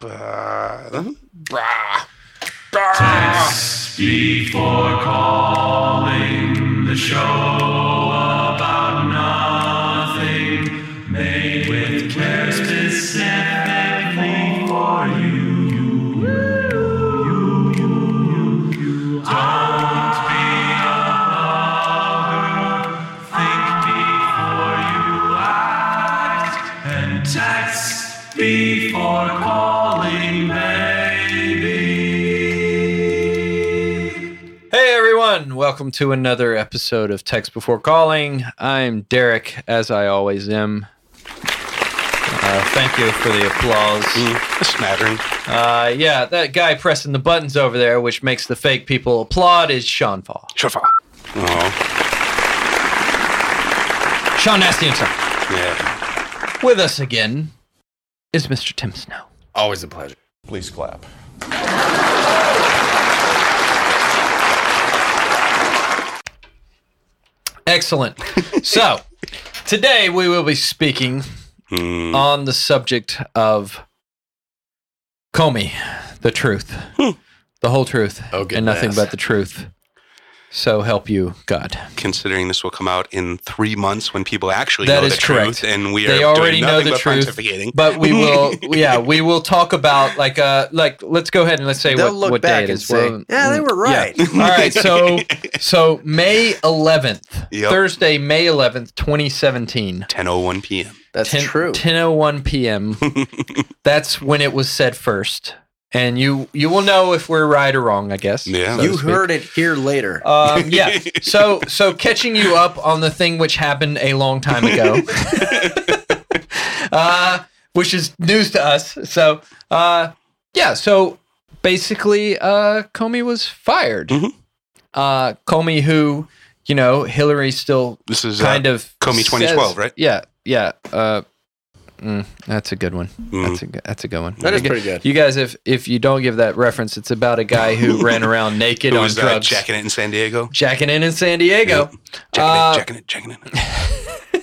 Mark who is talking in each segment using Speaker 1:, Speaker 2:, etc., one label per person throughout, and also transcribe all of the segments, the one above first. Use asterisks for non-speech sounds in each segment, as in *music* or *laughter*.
Speaker 1: Bah. Bah.
Speaker 2: before calling the show about nothing made with care specifically for you. You, you, you, you. Don't be a lover. Think before you act and text before calling, baby.
Speaker 3: Hey everyone, welcome to another episode of Text Before Calling. I'm Derek, as I always am. Uh, thank you for the applause.
Speaker 1: Mm, a smattering.
Speaker 3: Uh, yeah, that guy pressing the buttons over there, which makes the fake people applaud, is Sean Fall.
Speaker 1: Shuffle. Oh,
Speaker 3: Sean Nasty himself.
Speaker 1: yeah.
Speaker 3: With us again is Mr. Tim Snow.
Speaker 4: Always a pleasure.
Speaker 5: Please clap.
Speaker 3: Excellent. *laughs* so, today we will be speaking
Speaker 1: Hmm.
Speaker 3: on the subject of Comey, the truth, the whole truth,
Speaker 4: Hmm. Oh,
Speaker 3: and nothing
Speaker 4: goodness.
Speaker 3: but the truth. So help you God.
Speaker 1: Considering this will come out in three months when people actually
Speaker 3: That
Speaker 1: know
Speaker 3: is
Speaker 1: the
Speaker 3: correct.
Speaker 1: truth, and we
Speaker 3: they
Speaker 1: are
Speaker 3: already
Speaker 1: doing
Speaker 3: know
Speaker 1: nothing
Speaker 3: the
Speaker 1: but
Speaker 3: truth,
Speaker 1: pontificating.
Speaker 3: but
Speaker 4: *laughs*
Speaker 3: we will, yeah, we will talk about like, uh, like let's go ahead and let's say
Speaker 4: They'll
Speaker 3: what,
Speaker 4: look
Speaker 3: what day
Speaker 4: back
Speaker 3: it
Speaker 4: and
Speaker 3: is.
Speaker 4: say,
Speaker 3: Well, mm,
Speaker 4: "Yeah, they were right."
Speaker 3: *laughs* All right, so
Speaker 4: *laughs*
Speaker 3: so May 11th,
Speaker 1: Yep.
Speaker 3: Thursday, May 11th, 2017.
Speaker 1: 10:01 p.m.
Speaker 4: That's
Speaker 3: 10,
Speaker 4: true.
Speaker 3: 10:01
Speaker 4: *laughs*
Speaker 3: p.m. That's when it was said first, and you you will know if we're right or wrong. I guess.
Speaker 1: Yeah.
Speaker 3: to
Speaker 4: you
Speaker 3: speak.
Speaker 4: heard it here later.
Speaker 3: Um,
Speaker 4: *laughs*
Speaker 3: yeah. So so catching you up on the thing which happened a long time
Speaker 4: *laughs*
Speaker 3: ago, *laughs* uh, which is news to us. So uh, yeah. So basically, uh, Comey was fired.
Speaker 1: Mhm.
Speaker 4: Mm-hmm.
Speaker 3: Uh, Comey, who you know, Hillary still
Speaker 1: This is
Speaker 3: kind
Speaker 1: uh,
Speaker 3: of
Speaker 1: Comey 2012,
Speaker 3: says-
Speaker 1: right?
Speaker 3: Yeah, yeah. Uh, mm, that's a good one.
Speaker 1: Mm.
Speaker 3: That's a good- that's a good one.
Speaker 4: that is
Speaker 3: You gu-
Speaker 4: pretty good.
Speaker 3: You guys, if if you don't give that reference, it's about a guy
Speaker 1: *laughs*
Speaker 3: who ran around naked
Speaker 1: who
Speaker 3: on
Speaker 1: was uh,
Speaker 3: drugs,
Speaker 1: jacking it in San Diego.
Speaker 3: jacking in in San Diego,
Speaker 1: Jacking
Speaker 3: Uh,
Speaker 1: it, jacking it, jacking it.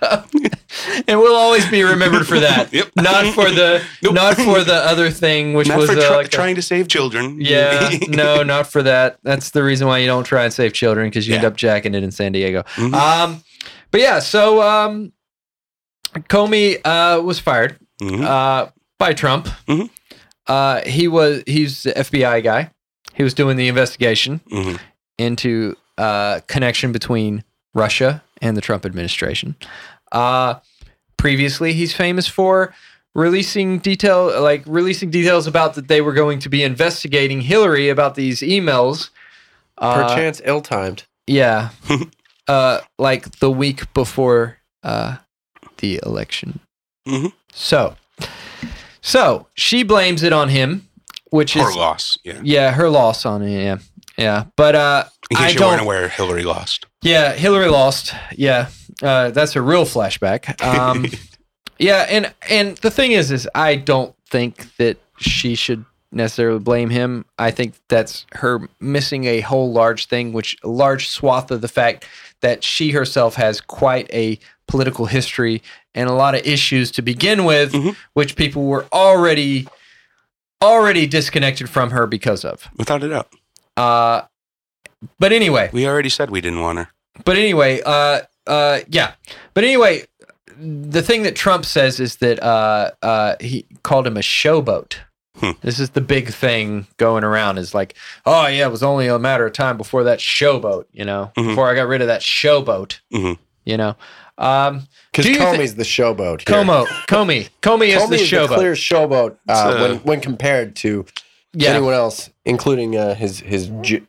Speaker 3: and we'll always be remembered for that.
Speaker 1: *laughs* Yep.
Speaker 3: Not for the
Speaker 1: *laughs* Nope.
Speaker 3: not for the other thing, which
Speaker 1: Not
Speaker 3: was
Speaker 1: for
Speaker 3: uh,
Speaker 1: try-
Speaker 3: like a-
Speaker 1: trying to save children. *laughs*
Speaker 3: *laughs* yeah, no, not for that. That's the reason why you don't try and save children because you end
Speaker 1: Yeah. Mm-hmm.
Speaker 3: up jacking it in San Diego. Um, but yeah, so um, Comey uh, was fired.
Speaker 1: Mhm.
Speaker 3: uh, by Trump.
Speaker 1: Mhm.
Speaker 3: Uh, he was he's the FBI guy. He was doing the investigation
Speaker 1: Mhm.
Speaker 3: into uh, connection between Russia and the Trump administration. Uh, previously, he's famous for releasing detail like releasing details about that they were going to be investigating Hillary about these emails. Uh,
Speaker 4: Perchance ill-timed.
Speaker 3: yeah, uh, like the week before uh, the election.
Speaker 1: Mhm.
Speaker 3: So, so she blames it on him, which
Speaker 1: Or
Speaker 3: is
Speaker 1: loss. Yeah.
Speaker 3: yeah, her loss on it. Yeah, yeah. But uh,
Speaker 1: In
Speaker 3: I
Speaker 1: case you weren't
Speaker 3: don't.
Speaker 1: aware, Hillary lost.
Speaker 3: Yeah, Hillary lost. Yeah, uh, that's a real flashback. Um, yeah, and and the thing is, is I don't think that she should necessarily blame him. I think that's her missing a whole large thing, which a large swath of the fact that she herself has quite a political history and a lot of issues to begin with,
Speaker 1: Mhm.
Speaker 3: which people were already already disconnected from her because of.
Speaker 1: Without a doubt.
Speaker 3: Uh, but anyway,
Speaker 1: We already said we didn't want her.
Speaker 3: but anyway, uh, uh, yeah. But anyway, the thing that Trump says is that uh, uh, he called him a showboat.
Speaker 1: Hmm.
Speaker 3: This is the big thing going around is like, oh yeah, it was only a matter of time before that showboat, you know,
Speaker 1: Mhm.
Speaker 3: before I got rid of that showboat,
Speaker 1: Mhm.
Speaker 3: you know. Um,
Speaker 4: Because
Speaker 3: Do you
Speaker 4: Comey's the showboat. Here.
Speaker 3: Como, Comey, Comey is
Speaker 4: Comey
Speaker 3: the
Speaker 4: is the
Speaker 3: showboat.
Speaker 4: clear showboat uh,
Speaker 1: It's, uh,
Speaker 4: when, when compared to
Speaker 3: yeah,
Speaker 4: anyone else, including uh, his his ju-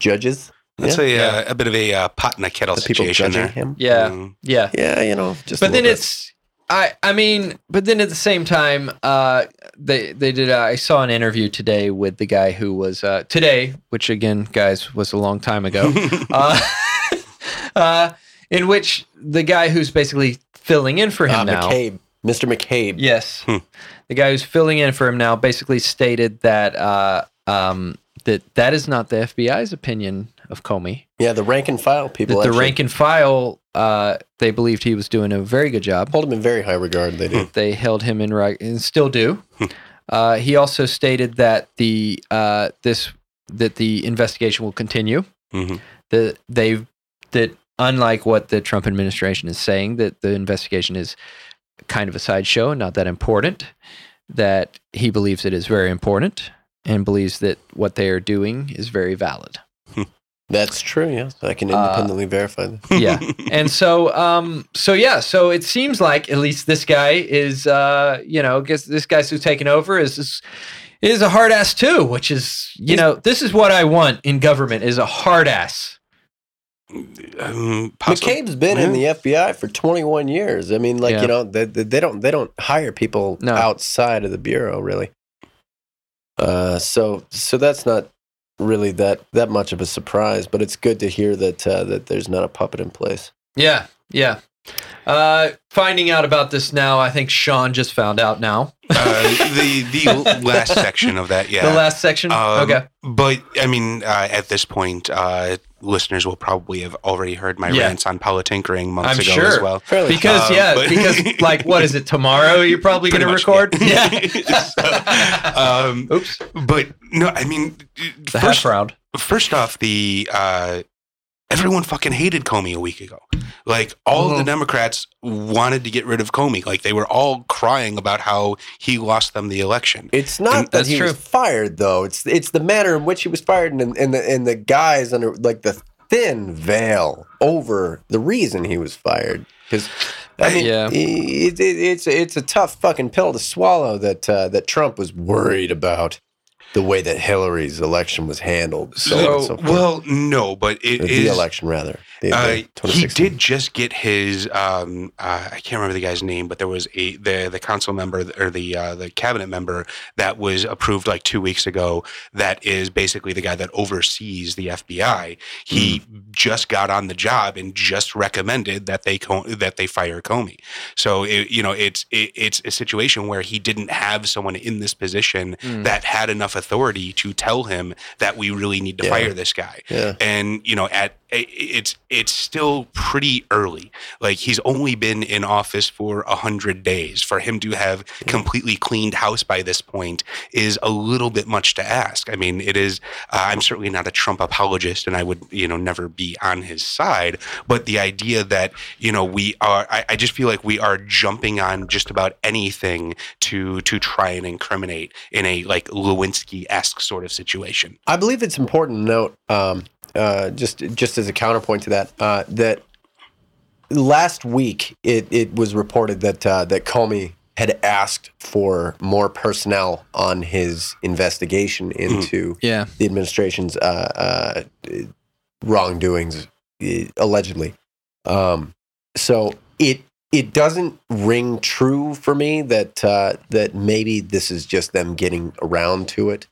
Speaker 4: judges.
Speaker 1: That's
Speaker 4: Yeah.
Speaker 1: a, uh, a bit of a uh, pot in a kettle
Speaker 4: The people
Speaker 1: situation
Speaker 4: judging
Speaker 1: there.
Speaker 4: him.
Speaker 3: yeah,
Speaker 1: Mm.
Speaker 3: yeah.
Speaker 4: Yeah, you know, just. a
Speaker 3: but then
Speaker 4: little bit.
Speaker 3: it's I I mean, but then at the same time, uh, they they did. uh, I saw an interview today with the guy who was uh, today, which again, guys, was a long time
Speaker 4: *laughs*
Speaker 3: ago. uh, *laughs* uh, in which the guy who's basically filling in for him
Speaker 4: uh,
Speaker 3: now,
Speaker 4: McCabe, Mr. McCabe.
Speaker 3: yes, the guy who's filling in for him now, basically stated that uh, um, that that is not the FBI's opinion of Comey.
Speaker 4: Yeah, the rank and file
Speaker 3: That
Speaker 4: people.
Speaker 3: the
Speaker 4: actually
Speaker 3: rank and file, uh, they believed he was doing a very good job. Hmm.
Speaker 4: hold him in very high regard. They do.
Speaker 3: they held him in right and still do. Uh, he also stated that the uh, this that the investigation will continue.
Speaker 1: Mhm.
Speaker 3: That they that unlike what the Trump administration is saying, that the investigation is kind of a sideshow and not that important. That he believes it is very important and believes that what they are doing is very valid.
Speaker 4: That's true. Yes, I can
Speaker 3: Uh,
Speaker 4: independently verify that.
Speaker 1: Mm-hmm.
Speaker 3: Yeah. and so um so yeah so it seems like at least this guy is uh you know guess this guy's who's taken over is is, is a hard ass too which is you know this is what i want in government is a hard ass
Speaker 1: *laughs* Um, possible.
Speaker 4: McCabe's been in the FBI for 21 years. I mean, like
Speaker 3: Yeah.
Speaker 4: you know, they, they, they don't they don't hire people
Speaker 3: No.
Speaker 4: outside of the bureau really. Uh, so so that's not really that that much of a surprise, but it's good to hear that uh, that there's not a puppet in place.
Speaker 3: yeah yeah uh finding out about this now i think sean just found out now
Speaker 1: uh, the the
Speaker 3: *laughs*
Speaker 1: last section of that. Yeah.
Speaker 3: the last section
Speaker 1: Um,
Speaker 3: okay
Speaker 1: But I mean, uh, at this point, uh, listeners will probably have already heard my
Speaker 3: Yeah.
Speaker 1: rants on politinkering months
Speaker 3: I'm
Speaker 1: ago
Speaker 3: sure.
Speaker 1: as well.
Speaker 4: Fairly
Speaker 3: because
Speaker 1: um,
Speaker 3: yeah
Speaker 1: but- *laughs*
Speaker 3: because like what is it tomorrow you're probably
Speaker 1: Pretty
Speaker 3: gonna
Speaker 1: much,
Speaker 3: record
Speaker 1: yeah.
Speaker 3: *laughs* yeah
Speaker 1: *laughs* So, um,
Speaker 3: oops
Speaker 1: but no, I mean,
Speaker 3: the
Speaker 1: first, *laughs*
Speaker 3: half round
Speaker 1: first off, the uh, everyone fucking hated Comey a week ago. Like all
Speaker 4: Uh-huh.
Speaker 1: of the
Speaker 3: Mhm.
Speaker 1: Democrats wanted to get rid of Comey. Like they were all crying about how he lost them the election.
Speaker 4: It's not
Speaker 1: And
Speaker 4: that
Speaker 3: that's
Speaker 4: he was
Speaker 3: true.
Speaker 4: fired though. It's it's the manner in which he was fired and and the and the guys under like the thin veil over the reason he was fired because I mean
Speaker 3: Yeah.
Speaker 4: yeah. it, it, it's it's a tough fucking pill to swallow that uh, that Trump was worried about the way that Hillary's election was handled. So, on and so forth.
Speaker 1: well, no, but it
Speaker 4: Or
Speaker 1: is.
Speaker 4: the election rather. The- the
Speaker 1: Uh, he
Speaker 4: 2016.
Speaker 1: did just get his. Um, uh, I can't remember the guy's name, but there was a the the council member or the uh, the cabinet member that was approved like two weeks ago. That is basically the guy that oversees the FBI. He just got on the job and just recommended that they co- that they fire Comey. So it, you know it's it, it's a situation where he didn't have someone in this position
Speaker 3: Mm.
Speaker 1: that had enough authority to tell him that we really need to
Speaker 4: Yeah.
Speaker 1: fire this guy
Speaker 4: Yeah.
Speaker 1: and you know at it's it's still pretty early like he's only been in office for 100 days for him to have completely cleaned house by this point is a little bit much to ask i mean it is uh, i'm certainly not a trump apologist and i would you know never be on his side but the idea that you know we are i, I just feel like we are jumping on just about anything to to try and incriminate in a like lewinsky-esque sort of situation
Speaker 4: I believe it's important to note, um, uh, just just as a counterpoint to that, uh, that last week it, it was reported that uh, that Comey had asked for more personnel on his investigation
Speaker 1: Hmm.
Speaker 4: into
Speaker 3: yeah
Speaker 4: the administration's uh, uh, wrongdoings, eh, allegedly. Um, so it it doesn't ring true for me that uh, that maybe this is just them getting around to it.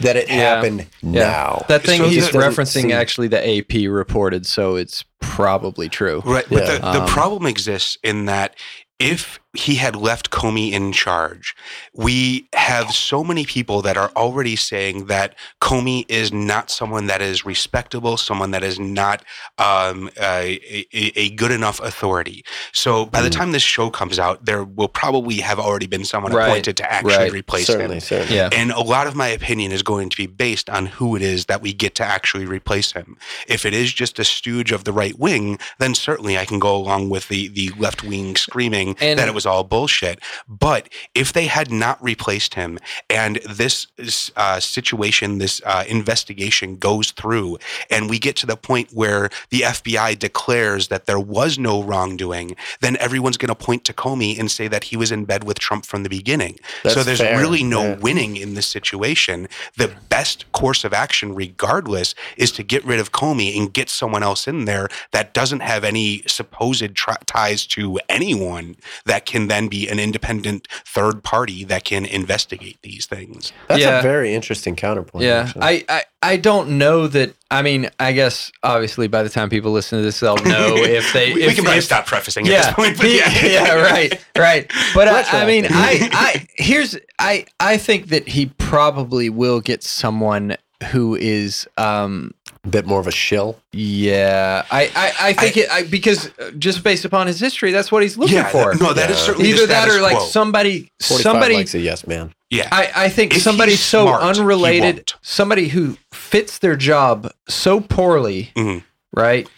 Speaker 4: That it
Speaker 3: Yeah.
Speaker 4: happened now.
Speaker 3: That thing
Speaker 1: So
Speaker 3: he's
Speaker 1: that
Speaker 4: doesn't
Speaker 3: referencing
Speaker 4: seem-
Speaker 3: actually the AP reported, so it's probably true.
Speaker 1: Right. But
Speaker 4: Yeah.
Speaker 1: the, the
Speaker 3: Um,
Speaker 1: problem exists in that if he had left Comey in charge, we have so many people that are already saying that Comey is not someone that is respectable, someone that is not um, a, a, a good enough authority. So by the
Speaker 3: Hmm.
Speaker 1: time this show comes out, there will probably have already been someone
Speaker 3: Right.
Speaker 1: appointed to actually
Speaker 3: Right.
Speaker 1: replace
Speaker 4: certainly,
Speaker 1: him.
Speaker 4: certainly.
Speaker 3: Yeah.
Speaker 1: And a lot of my opinion is going to be based on who it is that we get to actually replace him. If it is just a stooge of the right wing, then certainly I can go along with the, the left wing screaming
Speaker 3: And-
Speaker 1: that it was all bullshit. But if they had not replaced him and this uh, situation, this uh, investigation goes through, and we get to the point where the FBI declares that there was no wrongdoing, then everyone's going to point to Comey and say that he was in bed with Trump from the beginning. so
Speaker 4: That's
Speaker 1: there's
Speaker 4: fair,
Speaker 1: really no
Speaker 4: yeah.
Speaker 1: winning in this situation. The best course of action, regardless, is to get rid of Comey and get someone else in there that doesn't have any supposed tri- ties to anyone that can then be an independent third party that can investigate these things.
Speaker 4: That's
Speaker 3: Yeah.
Speaker 4: a very interesting counterpoint.
Speaker 3: Yeah,
Speaker 4: actually.
Speaker 3: I, I I don't know that. I mean, I guess obviously by the time people listen to this,
Speaker 1: *laughs*
Speaker 3: they'll know if they.
Speaker 1: we,
Speaker 3: if,
Speaker 1: we can probably
Speaker 3: if-
Speaker 1: stop prefacing at
Speaker 3: Yeah,
Speaker 1: this *laughs* point. but
Speaker 3: *laughs* yeah, yeah, right, right. But I, I
Speaker 4: Retroactive.
Speaker 3: mean,
Speaker 1: *laughs*
Speaker 3: I, I here's I I think that he probably will get someone who is um
Speaker 4: bit more of a shill.
Speaker 3: Yeah, I I, I think it I, because uh, just based upon his history, that's what he's looking
Speaker 1: yeah,
Speaker 3: for.
Speaker 1: th- no, that is
Speaker 4: Yeah.
Speaker 1: certainly
Speaker 3: Either
Speaker 1: the
Speaker 3: that
Speaker 1: status
Speaker 3: or like
Speaker 1: quo.
Speaker 3: somebody
Speaker 4: 45
Speaker 3: somebody
Speaker 4: likes a yes man.
Speaker 1: yeah,
Speaker 3: I, I think
Speaker 1: If
Speaker 3: somebody
Speaker 1: he's
Speaker 3: so
Speaker 1: smart, he
Speaker 3: unrelated,
Speaker 1: won't.
Speaker 3: somebody who fits their job so poorly,
Speaker 1: Mhm.
Speaker 3: right,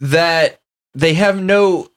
Speaker 3: that they have no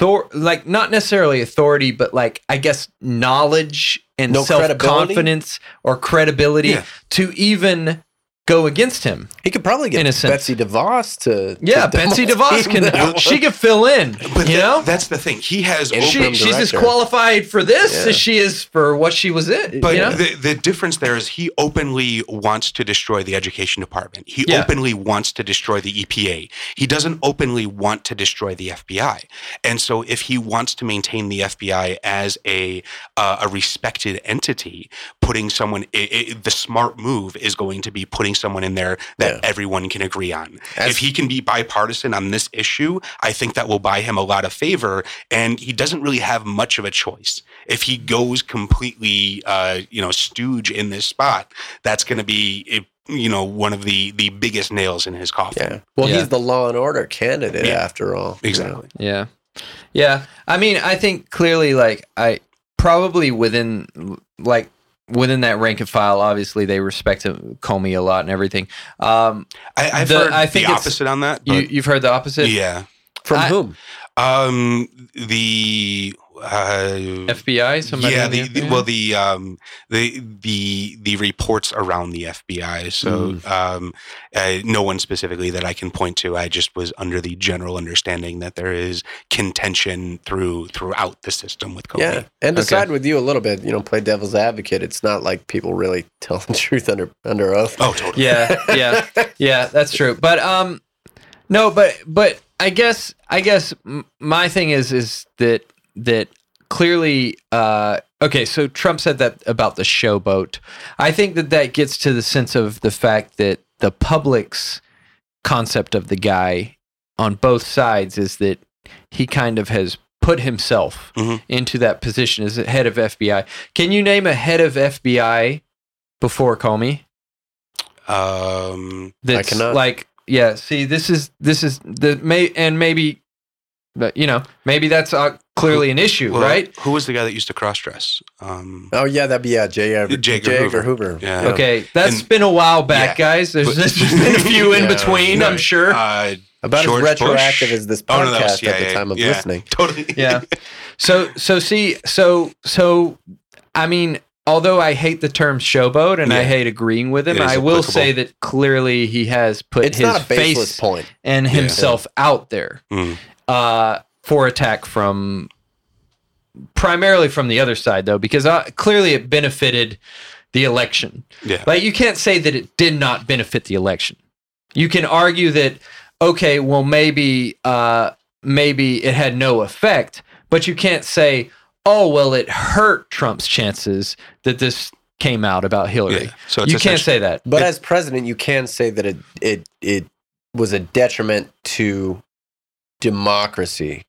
Speaker 3: author, like not necessarily authority, but like I guess knowledge and
Speaker 4: No
Speaker 3: self confidence or credibility
Speaker 1: Yeah.
Speaker 3: to even go against him.
Speaker 4: He could probably get
Speaker 3: In a sense.
Speaker 4: Betsy DeVos to.
Speaker 1: *laughs*
Speaker 3: Yeah,
Speaker 4: to
Speaker 3: Betsy
Speaker 4: demo-
Speaker 3: DeVos
Speaker 4: team that
Speaker 3: can *laughs*
Speaker 4: one.
Speaker 3: she could fill in,
Speaker 1: but
Speaker 3: you
Speaker 1: that-
Speaker 3: know.
Speaker 1: that's the thing. He has
Speaker 4: And
Speaker 1: open
Speaker 3: she,
Speaker 4: Oprah
Speaker 3: she's as
Speaker 4: director.
Speaker 3: qualified for this
Speaker 4: Yeah.
Speaker 3: as she is for what she was in.
Speaker 1: But
Speaker 3: you know?
Speaker 1: the, the difference there is he openly wants to destroy the education department. He
Speaker 3: Yeah.
Speaker 1: openly wants to destroy the EPA. He doesn't openly want to destroy the FBI. And so, if he wants to maintain the FBI as a uh, a respected entity, putting someone i i the smart move is going to be putting someone in there that
Speaker 4: Yeah.
Speaker 1: everyone can agree on.
Speaker 4: As-
Speaker 1: if he can be bipartisan on this issue, I think that will buy him a lot of favor. And he doesn't really have much of a choice. If he goes completely, uh, you know, stooge in this spot, that's going to be, eh, you know, one of the the biggest nails in his coffin.
Speaker 4: Yeah. Well,
Speaker 3: Yeah.
Speaker 4: he's the law and order candidate
Speaker 1: Yeah.
Speaker 4: after all.
Speaker 1: Exactly.
Speaker 3: Yeah. Yeah. I mean, I think clearly like I probably within like within that rank and file, obviously they respect him- Comey a lot and everything. Um
Speaker 1: I, I've
Speaker 3: The-
Speaker 1: heard
Speaker 3: I think
Speaker 1: the
Speaker 3: it's-
Speaker 1: opposite on that.
Speaker 3: you
Speaker 1: But
Speaker 3: you've heard the opposite?
Speaker 1: yeah.
Speaker 4: From
Speaker 3: I-
Speaker 4: whom?
Speaker 1: Um, the uh,
Speaker 3: FBI somebody
Speaker 1: yeah,
Speaker 3: in
Speaker 1: the,
Speaker 3: there?
Speaker 1: the- well, the um, the the the reports around the FBI. So
Speaker 3: Hmm.
Speaker 1: um, uh, no one specifically that I can point to. I just was under the general understanding that there is contention through throughout the system with COVID.
Speaker 4: Yeah. And to
Speaker 3: Okay.
Speaker 4: side with you a little bit, you know, play devil's advocate. It's not like people really *laughs* tell the truth under under oath.
Speaker 1: Oh, totally.
Speaker 3: yeah, yeah, yeah. That's true. But um, no, but but I guess I guess m- my thing is is that that clearly uh okay. So Trump said that about the showboat. I think that that gets to the sense of the fact that the public's concept of the guy on both sides is that he kind of has put himself
Speaker 1: Mhm.
Speaker 3: into that position as head of FBI. Can you name a head of FBI before Comey?
Speaker 1: Um,
Speaker 3: that's
Speaker 4: cannot.
Speaker 3: like yeah see this is this is the may and maybe but you know maybe that's uh, clearly an issue
Speaker 1: well,
Speaker 3: right Uh,
Speaker 1: Who was the guy that used to cross dress? Um,
Speaker 4: Oh, yeah, that'd be yeah, J. Edgar,
Speaker 1: J. Edgar
Speaker 4: J. Edgar
Speaker 1: Hoover.
Speaker 4: Hoover.
Speaker 1: Yeah.
Speaker 3: okay that's
Speaker 1: And-
Speaker 3: been a while back
Speaker 1: Yeah.
Speaker 3: guys there's,
Speaker 1: But-
Speaker 3: there's
Speaker 1: *laughs*
Speaker 3: been a few in
Speaker 4: Yeah,
Speaker 3: between i'm
Speaker 1: right.
Speaker 3: sure
Speaker 1: uh,
Speaker 4: About
Speaker 1: George
Speaker 4: as retroactive
Speaker 1: Bush.
Speaker 4: as this
Speaker 1: Oh, no, that
Speaker 4: podcast
Speaker 1: was- yeah,
Speaker 4: at the
Speaker 1: yeah,
Speaker 4: time of
Speaker 1: yeah.
Speaker 4: listening.
Speaker 1: totally. *laughs*
Speaker 3: yeah so so see so so i mean although i hate the term showboat and i
Speaker 1: Yeah.
Speaker 3: hate agreeing with him
Speaker 1: It is
Speaker 3: i will
Speaker 1: applicable.
Speaker 3: say that clearly he has put
Speaker 4: It's
Speaker 3: his
Speaker 4: not a baseless
Speaker 3: face
Speaker 4: point.
Speaker 3: and himself out there
Speaker 1: Mm.
Speaker 3: uh, for attack from primarily from the other side though because uh, clearly it benefited the election
Speaker 1: Yeah.
Speaker 3: like you can't say that it did not benefit the election you can argue that okay well maybe uh, maybe it had no effect but you can't say oh well it hurt trump's chances that this came out about hillary
Speaker 1: Yeah. So it's
Speaker 3: you can't
Speaker 1: essentially-
Speaker 3: say that
Speaker 4: But as president, you can say that it it it was a detriment to democracy.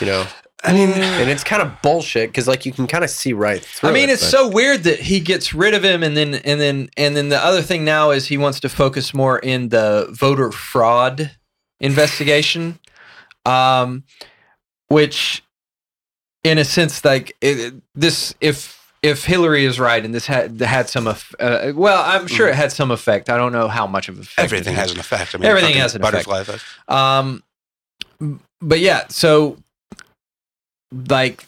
Speaker 4: You know,
Speaker 1: I mean,
Speaker 4: and it's kind of bullshit because like you can kind of see right through.
Speaker 3: I mean,
Speaker 4: it,
Speaker 3: it's
Speaker 4: but-
Speaker 3: so weird that he gets rid of him, and then and then and then the other thing now is he wants to focus more in the voter fraud investigation, um, which, in a sense, like it, this, if if Hillary is right, and this had had some, eff- uh, well, I'm sure
Speaker 4: Mm.
Speaker 3: it had some effect. I don't know how much of an effect. it
Speaker 1: everything
Speaker 3: had.
Speaker 1: has an effect. I mean,
Speaker 3: Everything
Speaker 1: fucking
Speaker 3: has an effect.
Speaker 1: butterfly effect.
Speaker 3: Um, but yeah, so like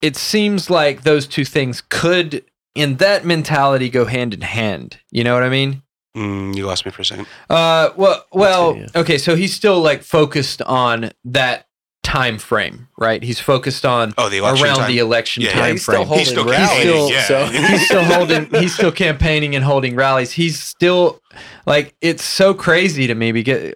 Speaker 3: it seems like those two things could, in that mentality, go hand in hand. You know what I mean?
Speaker 1: Mm, you lost me for a second.
Speaker 3: Uh, well, well,
Speaker 4: yeah.
Speaker 3: okay. So he's still like focused on that time frame, right? He's focused on
Speaker 1: Oh, the election
Speaker 3: around
Speaker 1: time.
Speaker 3: the election
Speaker 1: Yeah, yeah,
Speaker 3: time
Speaker 4: he's still
Speaker 3: frame.
Speaker 4: holding
Speaker 1: He's still
Speaker 4: rallies,
Speaker 1: campaigning. Yeah.
Speaker 4: so-
Speaker 1: *laughs*
Speaker 3: he's still holding he's still campaigning and holding rallies he's still like it's so crazy to me because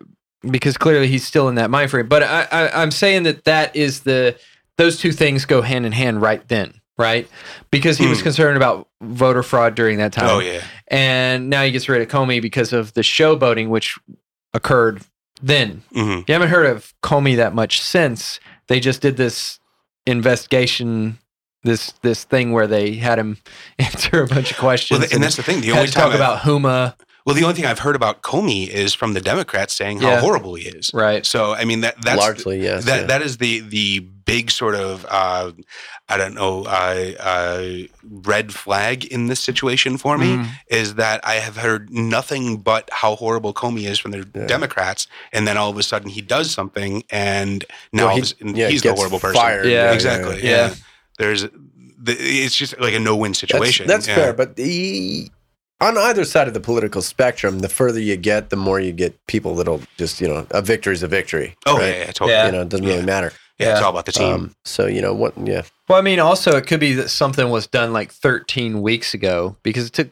Speaker 3: because clearly he's still in that mind frame but I, I i'm saying that that is the those two things go hand in hand right then right because he was
Speaker 1: Hmm.
Speaker 3: concerned about voter fraud during that time
Speaker 1: oh yeah.
Speaker 3: and now he gets rid of comey because of the showboating which occurred then
Speaker 1: hmm
Speaker 3: you haven't heard of Comey that much since. They just did this investigation, this this thing where they had him *laughs* answer a bunch of questions.
Speaker 1: Well, and that's the thing. The
Speaker 3: had
Speaker 1: only
Speaker 3: to
Speaker 1: time
Speaker 3: talk
Speaker 1: I-
Speaker 3: about Huma.
Speaker 1: Well, the only thing I've heard about Comey is from the Democrats saying how
Speaker 3: Yeah.
Speaker 1: horrible he is.
Speaker 3: Right.
Speaker 1: So I mean that that's
Speaker 4: Largely, yes.
Speaker 1: that
Speaker 4: yeah.
Speaker 1: that is the the big sort of uh, I don't know uh, uh, red flag in this situation for me
Speaker 3: Mm.
Speaker 4: Mm-hmm.
Speaker 1: is that I have heard nothing but how horrible Comey is from the
Speaker 4: Yeah.
Speaker 1: Democrats, and then all of a sudden he does something, and now
Speaker 4: Well,
Speaker 1: all
Speaker 4: he-
Speaker 1: of a sudden
Speaker 4: yeah,
Speaker 1: he's the
Speaker 4: gets
Speaker 1: horrible person.
Speaker 4: fired.
Speaker 3: Yeah.
Speaker 1: exactly.
Speaker 3: yeah.
Speaker 1: Yeah. there's the, it's just like a no win
Speaker 4: That's-
Speaker 1: situation.
Speaker 4: That's,
Speaker 1: Yeah.
Speaker 4: fair, but the, on either side of the political spectrum, the further you get, the more you get people that'll just you know a victory's a victory.
Speaker 1: Oh
Speaker 4: right?
Speaker 1: yeah, yeah, totally.
Speaker 3: Yeah.
Speaker 1: Yeah.
Speaker 4: you know it doesn't
Speaker 1: Yeah.
Speaker 4: really matter.
Speaker 1: it's
Speaker 3: Yeah.
Speaker 1: all about the team.
Speaker 4: Um, so you know what? Yeah,
Speaker 3: Well, I mean, also it could be that something was done like 13 weeks ago because it took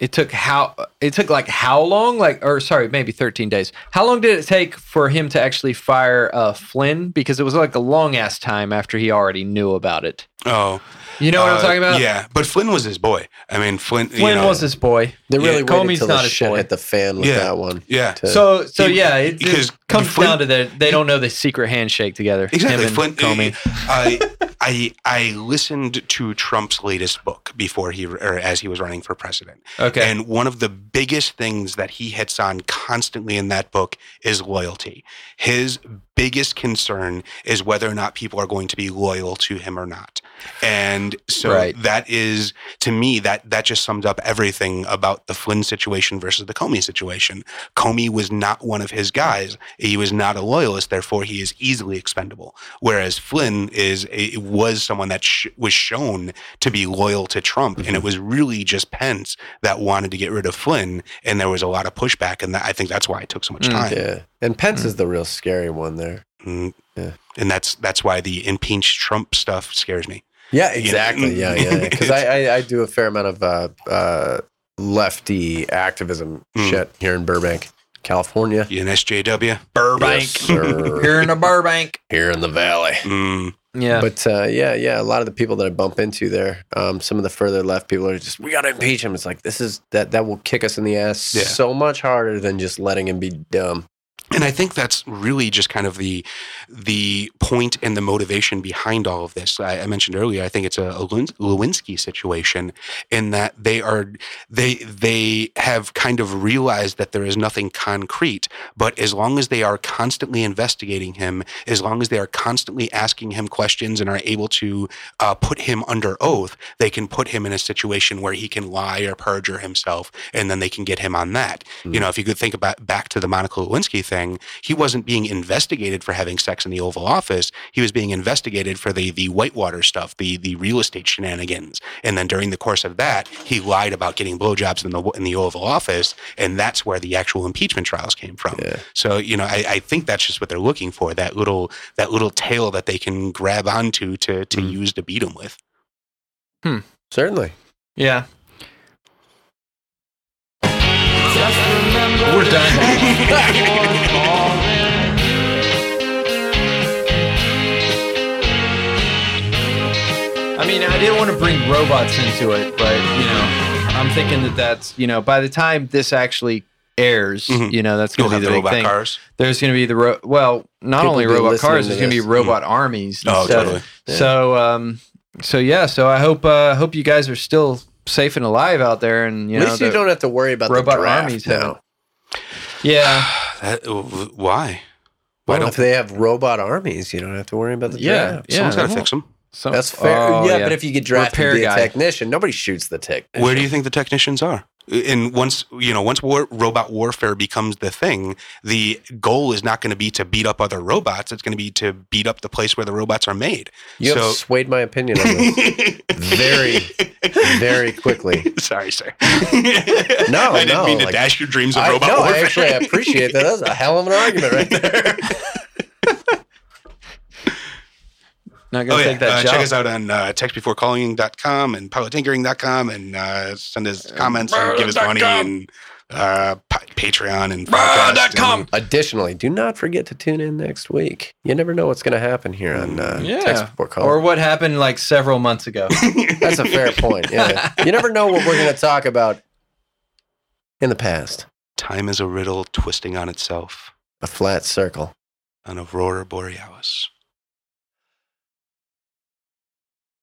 Speaker 3: it took how it took like how long like or sorry maybe 13 days how long did it take for him to actually fire uh flynn because it was like a long ass time after he already knew about it
Speaker 1: oh,
Speaker 3: you know what i'm
Speaker 1: uh,
Speaker 3: talking about
Speaker 1: Yeah, but Flynn was his boy. I mean, Flynn. you
Speaker 3: flynn
Speaker 1: know,
Speaker 3: was his boy
Speaker 4: they
Speaker 1: Yeah.
Speaker 4: really waited
Speaker 3: Comey's
Speaker 4: till the
Speaker 3: not a
Speaker 4: shit
Speaker 3: boy.
Speaker 4: hit the fan with
Speaker 1: Yeah.
Speaker 4: that one.
Speaker 1: Yeah.
Speaker 4: to-
Speaker 3: so so
Speaker 1: He-
Speaker 3: yeah it,
Speaker 1: because
Speaker 3: it comes
Speaker 1: Flynn-
Speaker 3: down to that they don't know the secret handshake together
Speaker 1: Exactly.
Speaker 3: him and
Speaker 1: Flynn,
Speaker 3: Comey.
Speaker 1: I, I I listened to Trump's latest book before he or as he was running for president,
Speaker 3: okay
Speaker 1: eh, and one of the biggest things that he hits on constantly in that book is loyalty. His biggest concern is whether or not people are going to be loyal to him or not, and so
Speaker 3: Right.
Speaker 1: that is to me that that just sums up everything about the Flynn situation versus the Comey situation. Comey was not one of his guys. He was not a loyalist, therefore he is easily expendable. Whereas Flynn is a, was someone that sh- was shown to be loyal to Trump, and
Speaker 4: Mm-hmm.
Speaker 1: it was really just Pence that wanted to get rid of Flynn, and there was a lot of pushback, and that, I think that's why it took so much
Speaker 3: Mm.
Speaker 1: time.
Speaker 4: yeah, and Pence is the real scary one there.
Speaker 1: Mm.
Speaker 4: Yeah.
Speaker 1: And that's that's why the impeach Trump stuff scares me.
Speaker 4: Yeah, exactly. Yeah, yeah. Because
Speaker 1: It's-
Speaker 4: I, I I do a fair amount of uh, uh, lefty activism
Speaker 1: Mm.
Speaker 4: shit here in Burbank, California.
Speaker 1: You an SJW Burbank.
Speaker 4: Yes,
Speaker 1: *laughs*
Speaker 4: sir.
Speaker 3: here in a burbank
Speaker 4: here in the valley.
Speaker 1: Mm.
Speaker 3: yeah
Speaker 4: But uh, yeah, yeah, a lot of the people that I bump into there, um, some of the further left people are just, we got to impeach him. It's like this is that that will kick us in the ass
Speaker 1: Yeah.
Speaker 4: so much harder than just letting him be dumb.
Speaker 1: and i think that's really just kind of the the point and the motivation behind all of this i, I mentioned earlier i think it's a, a Lewin- lewinsky situation in that they are they they have kind of realized that there is nothing concrete but as long as they are constantly investigating him as long as they are constantly asking him questions and are able to uh, put him under oath they can put him in a situation where he can lie or perjure himself and then they can get him on that you know, if you could think about back to the Monica Lewinsky thing, he wasn't being investigated for having sex in the Oval Office. He was being investigated for the the Whitewater stuff, the the real estate shenanigans. And then during the course of that, he lied about getting blowjobs in the in the Oval Office, and that's where the actual impeachment trials came from.
Speaker 4: Yeah.
Speaker 1: So you know, I, I think that's just what they're looking for that little that little tail that they can grab onto to to
Speaker 4: Mhm.
Speaker 1: use to beat him with.
Speaker 4: Certainly.
Speaker 3: yeah
Speaker 2: We're
Speaker 3: we're done *laughs* I mean, I didn't want to bring robots into it, but you know, I'm thinking that that's you know, by the time this actually airs,
Speaker 1: Mhm.
Speaker 3: you know, that's
Speaker 1: You'll
Speaker 3: going to
Speaker 1: have
Speaker 3: be
Speaker 1: the,
Speaker 3: the, big
Speaker 1: robot
Speaker 3: thing.
Speaker 1: cars.
Speaker 3: There's going to be the ro- well, not
Speaker 4: People
Speaker 3: only
Speaker 4: be
Speaker 3: robot
Speaker 4: listening
Speaker 3: cars,
Speaker 4: to
Speaker 3: there's going to be
Speaker 4: this. Mm.
Speaker 3: robot armies. And
Speaker 1: Oh,
Speaker 3: stuff.
Speaker 1: totally.
Speaker 4: Yeah.
Speaker 3: So, um, so yeah, so I hope uh, hope you guys are still safe and alive out there, and you
Speaker 4: At
Speaker 3: know,
Speaker 4: least you
Speaker 3: the-
Speaker 4: don't have to worry about
Speaker 3: robot
Speaker 4: the draft
Speaker 3: armies
Speaker 4: now.
Speaker 3: haven't- yeah,
Speaker 1: That, why? Why
Speaker 4: Well,
Speaker 1: don't
Speaker 4: if they have robot armies, you don't have to worry about the
Speaker 3: Yeah,
Speaker 4: draft.
Speaker 3: yeah.
Speaker 1: someone's got to
Speaker 3: well,
Speaker 1: fix them?
Speaker 3: so,
Speaker 4: That's fair.
Speaker 3: Oh,
Speaker 4: yeah, but if you get drafted
Speaker 3: Repair
Speaker 4: to be a
Speaker 3: guy.
Speaker 4: technician, nobody shoots the technician.
Speaker 1: Where do you think the technicians are? And once you know, once war, robot warfare becomes the thing, the goal is not going to be to beat up other robots. It's going to be to beat up the place where the robots are made.
Speaker 4: You have
Speaker 1: so-
Speaker 4: swayed my opinion
Speaker 1: *laughs*
Speaker 4: on this *laughs* very, very quickly.
Speaker 1: Sorry,
Speaker 4: *laughs*
Speaker 1: sir. no, *laughs*
Speaker 4: No,
Speaker 1: I didn't
Speaker 4: no,
Speaker 1: mean to
Speaker 4: like-
Speaker 1: dash your dreams of
Speaker 4: I,
Speaker 1: robot
Speaker 4: no, I
Speaker 1: warfare. *laughs*
Speaker 4: actually I appreciate that. That's a hell of an argument right there.
Speaker 3: not
Speaker 1: Oh,
Speaker 3: gonna
Speaker 1: yeah.
Speaker 3: take that
Speaker 1: uh,
Speaker 3: job.
Speaker 1: check us out on uh, textbeforecalling.com and pilotinkering.com and uh, send us comments and give us money and uh, pa- Patreon and podcast. and-
Speaker 4: Additionally, do not forget to tune in next week. You never know what's going to happen here on uh,
Speaker 3: Mm, Yeah.
Speaker 4: Text Before Call.
Speaker 3: Or what happened like several months ago.
Speaker 4: *laughs* That's a fair point. Yeah. you never know what we're going to talk about in the past.
Speaker 1: Time is a riddle twisting on itself
Speaker 4: A flat circle.
Speaker 1: on Aurora Borealis.